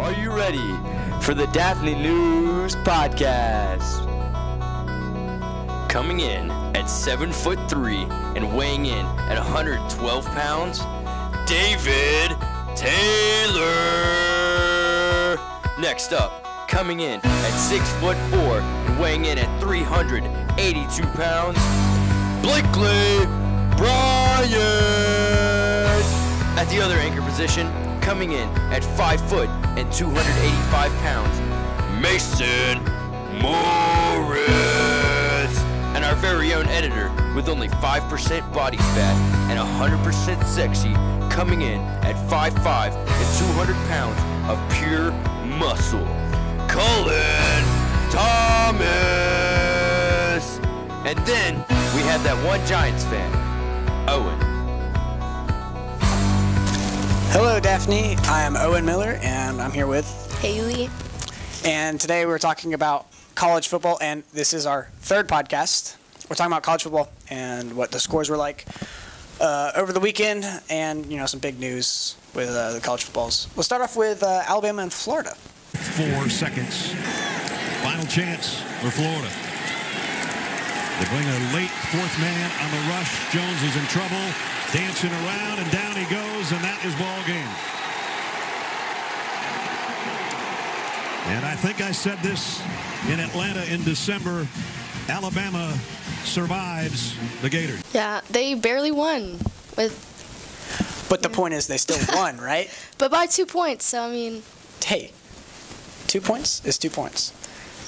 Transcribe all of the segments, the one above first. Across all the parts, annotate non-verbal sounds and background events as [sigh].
ready for the Daphne News podcast. Coming in at seven foot three and weighing in at 112 pounds, David Taylor. Next up, coming in at six foot four and weighing in at 382 pounds, Blakely Bryant. At the other anchor position, coming in at five foot and 285 pounds, Mason Morris. And our very own editor, with only 5% body fat and 100% sexy, coming in at 5'5 and 200 pounds of pure muscle, Colin Thomas. And then we had that one Giants fan, Owen. Hello, Daphne. I am Owen Miller, and I'm here with. Haley. And today we're talking about college football, and this is our third podcast. We're talking about college football and what the scores were like uh, over the weekend, and you know some big news with uh, the college footballs. We'll start off with uh, Alabama and Florida. four seconds. Final chance for Florida. They bring a late fourth man on the rush. Jones is in trouble, dancing around, and down he goes, and that is ball game. And I think I said this in Atlanta in December. Alabama survives the Gators. Yeah, they barely won with, But the point is, they still won, right? but by two points. So I mean, Hey, two points is two points.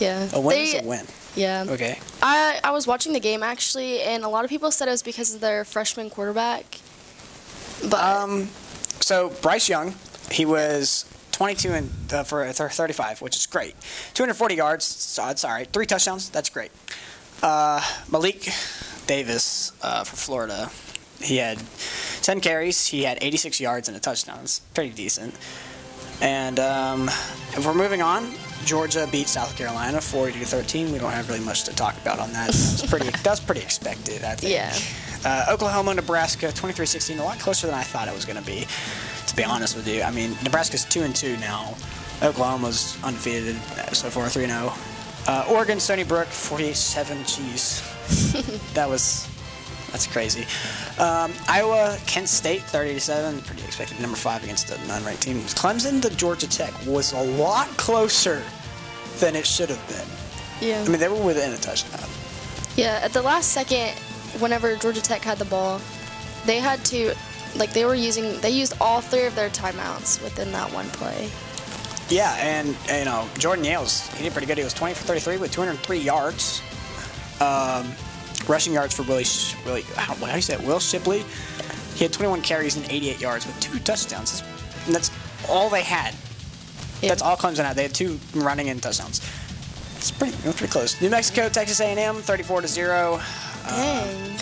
yeah. A win they, is a win. Oh. Yeah. Okay. I I was watching the game actually, and a lot of people said it was because of their freshman quarterback. But Um, so Bryce Young, he was 22 and uh, for th- 35, which is great. 240 yards, so that's all right. Three touchdowns, that's great. Uh, Malik Davis uh, for Florida, he had 10 carries, he had 86 yards and a touchdown. It's pretty decent. And um, if we're moving on, Georgia beat South Carolina 40 to 13. We don't have really much to talk about on that. That's pretty. [laughs] that's pretty expected, I think. Yeah. Uh, Oklahoma, Nebraska, 23-16, a lot closer than I thought it was going to be. To be honest with you, I mean Nebraska's two and two now. Oklahoma's undefeated uh, so far, 3 0. Uh, Oregon, Stony Brook, 47. Jeez, that was that's crazy. Um, Iowa, Kent State, 37, pretty expected. Number five against the non-ranked team. Clemson to Georgia Tech was a lot closer than it should have been. yeah. I mean, they were within a touchdown. Yeah, at the last second, whenever Georgia Tech had the ball, they had to, like, they were using, they used all three of their timeouts within that one play. Yeah, and you know Jordan Yales, he did pretty good. He was 20 for 33 with 203 yards. Um, rushing yards for Willie, Sh- Willie, how, how do you say it? Will Shipley. He had 21 carries and 88 yards with two touchdowns. That's- And that's all they had. Yeah. That's all Clemson had. They had two running and touchdowns. It's pretty, it was pretty close. New Mexico, Texas A&M, 34 to zero. Uh, Dang.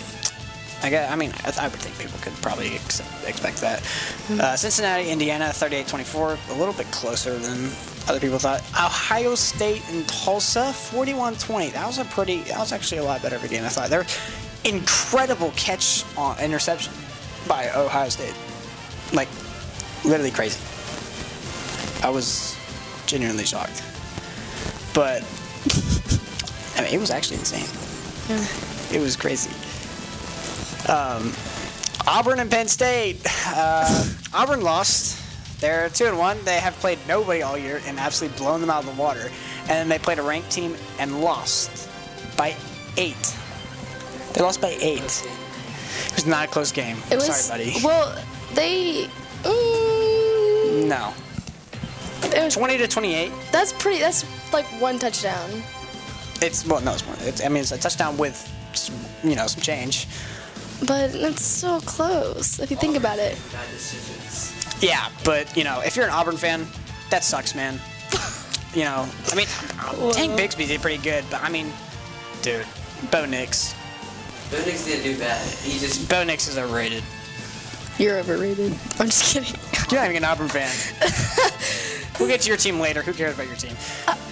I guess, I mean, I, I would think people could probably ex- expect that. Uh, Cincinnati, Indiana, 38-24, a little bit closer than other people thought. Ohio State and Tulsa, 41-20. That was a pretty, that was actually a lot better of a game than I thought. They're incredible catch on interception by Ohio State, like literally crazy. I was genuinely shocked, but [laughs] I mean, it was actually insane. It was crazy. Um, Auburn and Penn State. Uh, Auburn lost. They're two and one. They have played nobody all year and absolutely blown them out of the water. And then they played a ranked team and lost by eight. They lost by eight. It was not a close game. It was, Sorry, buddy. Well, they, mm, no. it was, Twenty to twenty-eight. that's pretty, that's like one touchdown. It's well, no, it's more. It's, I mean, it's a touchdown with, some, you know, some change. But it's so close if you think about it. Yeah, but you know, if you're an Auburn fan, that sucks, [laughs] man. you know, I mean, Tank Bixby did pretty good, but I mean, dude, Bo Nix. Bo Nix didn't do bad. He just Bo Nix is overrated. You're overrated. [laughs] I'm just kidding. You're not even an Auburn fan. [laughs] we'll get to your team later. Who cares about your team?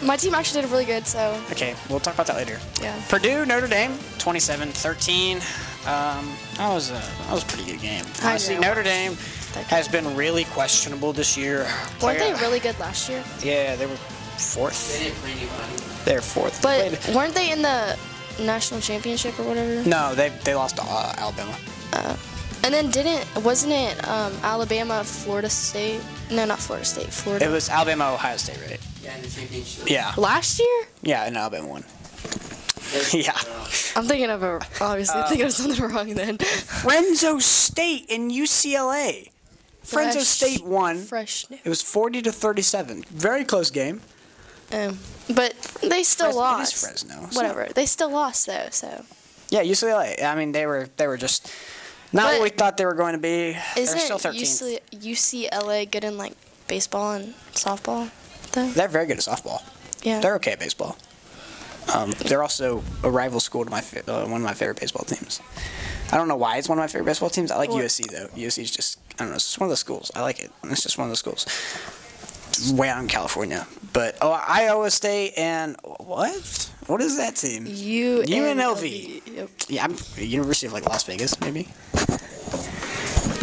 My team actually did really good, so Okay, we'll talk about that later. Yeah. Purdue, Notre Dame, 27-13. Um, that was a that was a pretty good game. I Honestly, know. Notre Dame That has been really questionable this year. Weren't they Player- really good last year? Yeah, they were They fourth. didn't play anybody. They're fourth. But Wait, weren't they in the national championship or whatever? no, they they lost to uh, Alabama. And then didn't wasn't it um, Alabama, Florida State? No, not Florida State. Florida. It was Alabama, Ohio State, right? Yeah, in the championship. Yeah, last year. yeah, and Alabama won. That's- Yeah. I'm thinking of a obviously Uh, thinking of something [laughs] wrong then. Frenzo State and UCLA. Frenzo Fresh- State won. Fresh. new- It was 40 to 37. Very close game. Um, but they still Fres- it lost. is Fresno. It's Whatever. They still lost though. So Yeah, UCLA. I mean, they were they were just not But- what we thought they were going to be. isn't They're still 13th. UC- UCLA good in like baseball and softball? Though. They're very good at softball. Yeah. They're okay at baseball. Um, they're also a rival school to my fa- uh, one of my favorite baseball teams. I don't know why it's one of my favorite baseball teams. I like Well- USC though. USC is just I don't know. It's just one of those schools. I like it. It's just one of those schools. It's way out in California, but oh, Iowa State and what? What is that team? U- UNLV. Yep. Yeah, I'm, University of like Las Vegas maybe.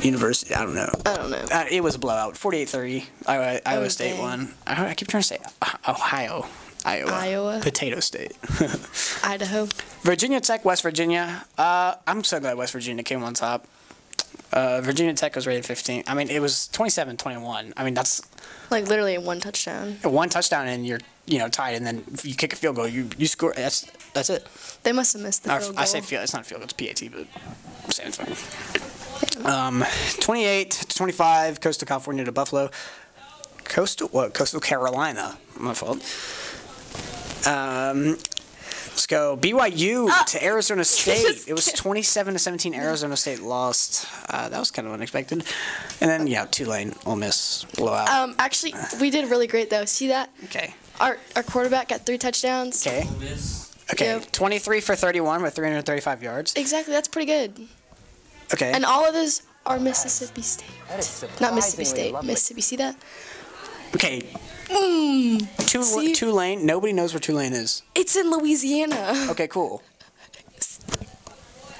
University, I don't know. I don't know. Uh, it was a blowout, 48-30. Iowa, Iowa Oh, State dang. won. I, I keep trying to say Ohio, Iowa, Iowa. Potato State, [laughs] Idaho. Virginia Tech, West Virginia. Uh, I'm so glad West Virginia came on top. Uh, Virginia Tech was rated 15. I mean, it was 27-21. I mean, that's Like literally one touchdown. one touchdown and you're you know tied, and then if you kick a field goal, you you score. That's that's it. They must have missed the Or, field goal. I say field. It's not field. It's PAT, but same thing. Um, 28 to 25, Coastal California to Buffalo. Coastal, what? Coastal Carolina. My fault. Um, let's go BYU to Arizona State. It was 27 to 17. Arizona State lost. Uh, that was kind of unexpected. And then yeah, Tulane, Ole Miss blowout. Um, actually, we did really great though. See that? okay. Our our quarterback got three touchdowns. Okay. Ole Miss. Okay. Yep. 23 for 31 with 335 yards. Exactly. That's pretty good. Okay. And all of those are Mississippi State. is Not Mississippi surprisingly State. lovely. Mississippi. See that? Okay. Two, Hmm. See? Tulane. Nobody knows where Tulane is. It's in Louisiana. [laughs] Okay, cool.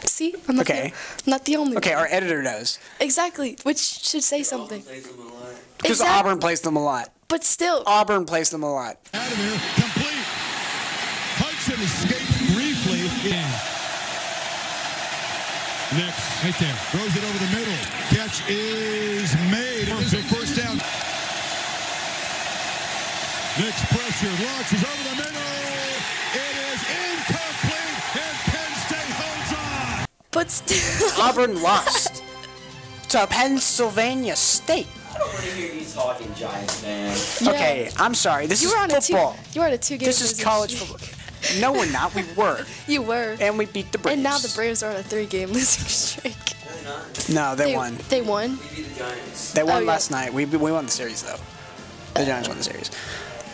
See? I'm not Okay. The, I'm not the only. Okay, One. our editor knows Exactly. Which should say something. Plays them a lot. because Exact- Auburn plays them a lot. But still, Auburn plays them a lot. Out of here, complete. Hudson escaped briefly. Next, right there, throws it over the middle. Catch is made. Perfect first down. Next pressure launches over the middle. It is incomplete, and Penn State holds on. but still. [laughs] Auburn lost [laughs] to Pennsylvania State. I don't want to hear you talking, Giants fan. Yeah. Okay, I'm sorry. This You is were on football. a two. You were on a two-game. This is losing college streak. football. No, we're not. We were, [laughs] You were. and we beat the Braves. And now the Braves are on a three-game [laughs] losing streak. They're not. No, they, won. They won. We beat the Giants. They won Oh, yeah. last night. We we won the series though. The Giants won the series.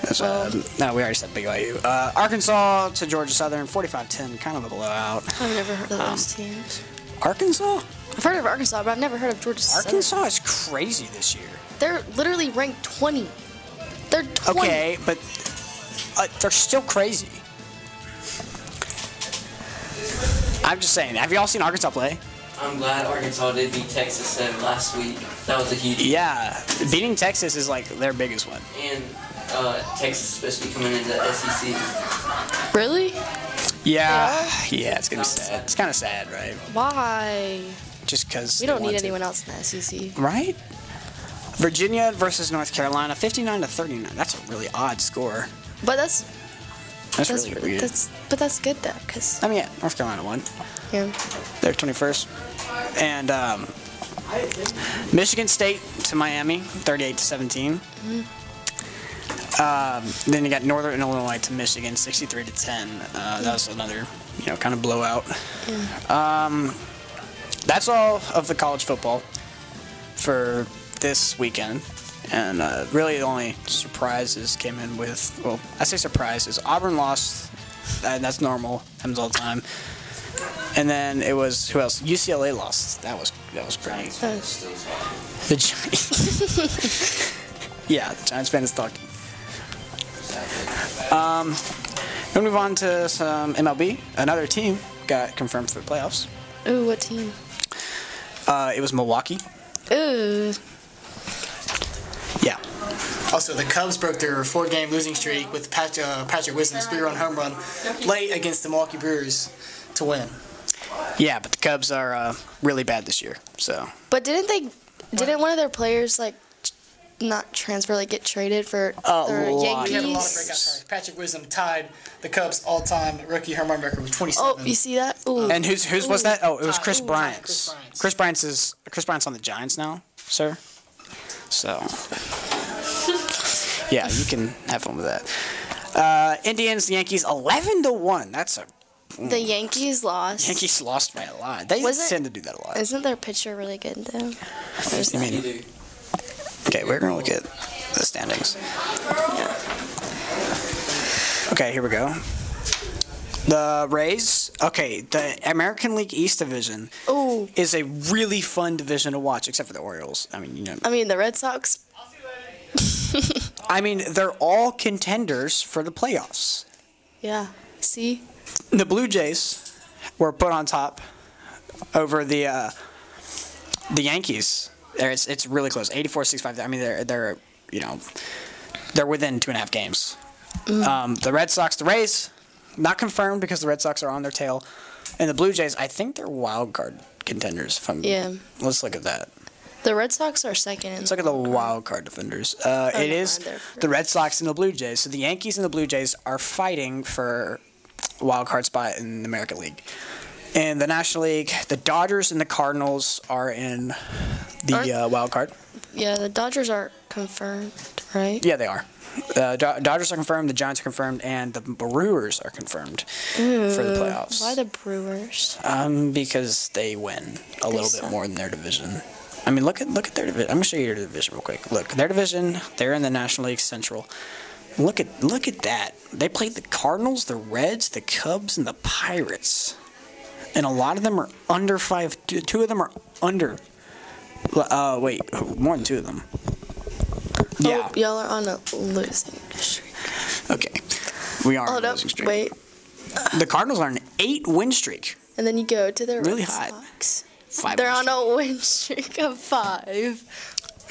That's, uh, Um, no, we already said BYU. Uh, Arkansas to Georgia Southern, 45-10, kind of a blowout. I've never heard of those Um, teams. Arkansas, I've heard of Arkansas, but I've never heard of Georgia Southern. Arkansas is crazy this year. They're literally ranked 20. They're 20. Okay, but uh, they're still crazy. I'm just saying. Have you all seen Arkansas play? I'm glad Arkansas did beat Texas then last week. That was a huge. Yeah, beating Texas is like their biggest one. And uh, Texas is supposed to be coming into the E SEC. Really? Yeah, yeah, it's gonna be sad. It's kind of sad, right? Why? Just because We don't need anyone else in the E SEC. right? Virginia versus North Carolina, 59 to 39. That's a really odd score. But that's That's, that's, really weird. that's but that's good though, cause I mean, yeah, North Carolina won. yeah. They're 21st. And um, Michigan State to Miami, 38 to 17. Um, then you got Northern Illinois to Michigan, 63 to 10. Uh, that was another, you know, kind of blowout. Um, that's all of the college football for this weekend. And uh, really, the only surprises came in with, well, I say surprises. Auburn lost. That, that's normal. Happens all the time. And then it was who else? UCLA lost. That was that was pretty. Still talking. The Giants. [laughs] yeah, the Giants fan is talking. Um, we move on to some MLB. Another team got confirmed for the playoffs. Ooh, what team? Uh, it was Milwaukee. Ooh. Yeah. Also, the Cubs broke their four-game losing streak with Pat, uh, Patrick Wisdom's three-run home run late against the Milwaukee Brewers to win. Yeah, but the Cubs are uh, really bad this year. So But didn't they? Didn't one of their players like t- not transfer, like get traded for A the lot. We had a lot of Yankees? breakout stars. Patrick Wisdom tied the Cubs' all-time rookie home run record with 27. Oh, you see that? Ooh. and who's whose was that? Oh, it was Chris Ooh, Chris Bryant's. Bryant's. Chris Bryant's is Chris Bryant's on the Giants now, sir. So yeah, you can have fun with that. Uh, Indians, Yankees, eleven to one. That's a the Yankees lost. Yankees lost by a lot. They Was it- tend to do that a lot. Isn't their pitcher really good though? There's You that. mean- Either. Okay, we're gonna look at the standings. Okay, here we go. The Rays. Okay, the American League East division Ooh. is a really fun division to watch, except for the Orioles. I mean, you know, I mean the Red Sox. I mean, they're all contenders for the playoffs. Yeah. See. The Blue Jays were put on top over the uh, the Yankees. There, It's it's really close, 84-65. I mean, they're they're you know they're within two and a half games. Um, the Red Sox, the Rays, not confirmed because the Red Sox are on their tail, and the Blue Jays. I think they're wild card contenders. If I'm, Yeah. Let's look at that. The Red Sox are second. in Let's look at the wild card defenders. Uh, Oh, it no, is they're the Red Sox and the Blue Jays. So the Yankees and the Blue Jays are fighting for wild card spot in the American League. In the National League, the Dodgers and the Cardinals are in Aren't- the uh, wild card. Yeah, the Dodgers are confirmed, right? Yeah, they are. Uh, Do- Dodgers are confirmed. The Giants are confirmed, and the Brewers are confirmed for the playoffs. Hmm, Why the Brewers? um, because they win a little bit suck. more than their division. I mean, look at look at their division. I'm gonna show you their division real quick. Look, their division. They're in the National League Central. Look at look at that. They played the Cardinals, the Reds, the Cubs, and the Pirates, and a lot of them are under five. Two, two of them are under. Uh, wait, more than two of them. Yeah. Oh, y'all are on a losing streak. Okay. We are. on Hold a up, losing streak. wait, The Cardinals are on an eight win streak. and then you go to the Really Red hot. Sox. Five They're win on a win [laughs] streak of five.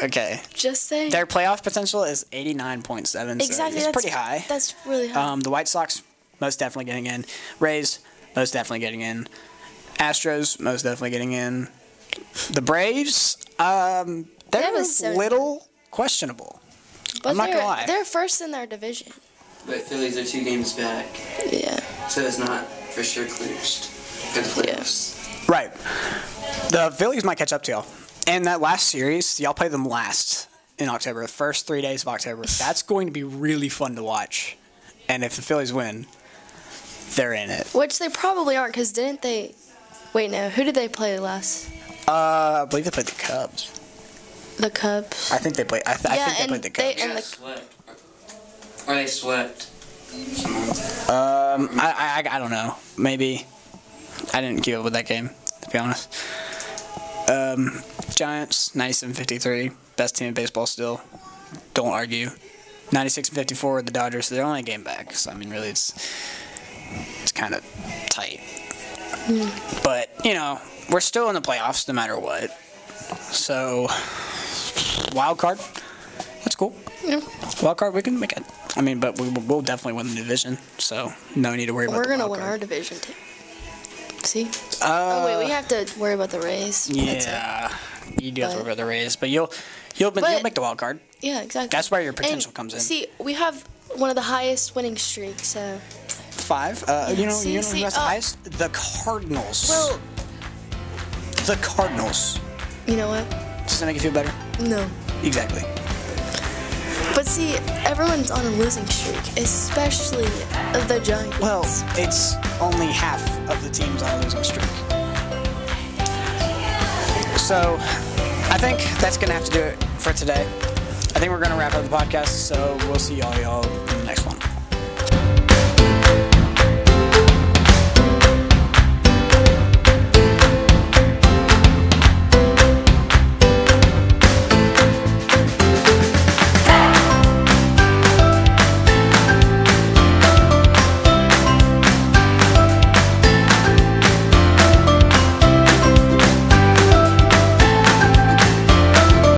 Okay. Just saying. Their playoff potential is 89.7. so exactly. it's that's pretty high. That's really high. Um, the White Sox, most definitely getting in. Rays, most definitely getting in. Astros, most definitely getting in. The Braves, um, That they're was so- little questionable. but I'm not they're, gonna lie. They're first in their division. But Phillies are two games back, Yeah. so it's not for sure cleared for the playoffs. Right. The Phillies might catch up to y'all. And that last series, y'all play them last in October, the first three days of [sighs] October. That's going to be really fun to watch. And if the Phillies win, they're in it. Which they probably aren't, because didn't they? Wait, no. Who did they play last? Uh, I believe they played the Cubs. The Cubs. I think they played. I, th- I Yeah, think they and played the they- Cubs. They And got the- swept. Or they swept. Um, I, I, I don't know. Maybe I didn't keep up with that game to be honest. Um, Giants 97 53, best team in baseball still. Don't argue. 96 and 54 the Dodgers. They're only a game back. So I mean, really, it's it's kind of tight. But you know, we're still in the playoffs no matter what. So wild card. That's cool. Yeah. Wild card, we can make it. I mean, but we, we'll definitely win the division, so no need to worry about. We're the gonna wild win our card. division too. See? Uh, oh wait, we have to worry about the Rays. That's it. Yeah, you do have to But- worry about the Rays, but you'll you'll, you'll But- make the wild card. Yeah, exactly. That's where your potential And comes in. See, we have one of the highest winning streaks. So, Five. Uh, you know, see, you know see, who has the uh, highest? The Cardinals. well, the Cardinals. you know what? Does that make you feel better? No. Exactly. But see, everyone's on a losing streak, especially the Giants. Well, it's only half of the teams on a losing streak. So, I think that's gonna have to do it for today. I think we're gonna wrap up the podcast. So we'll see all y'all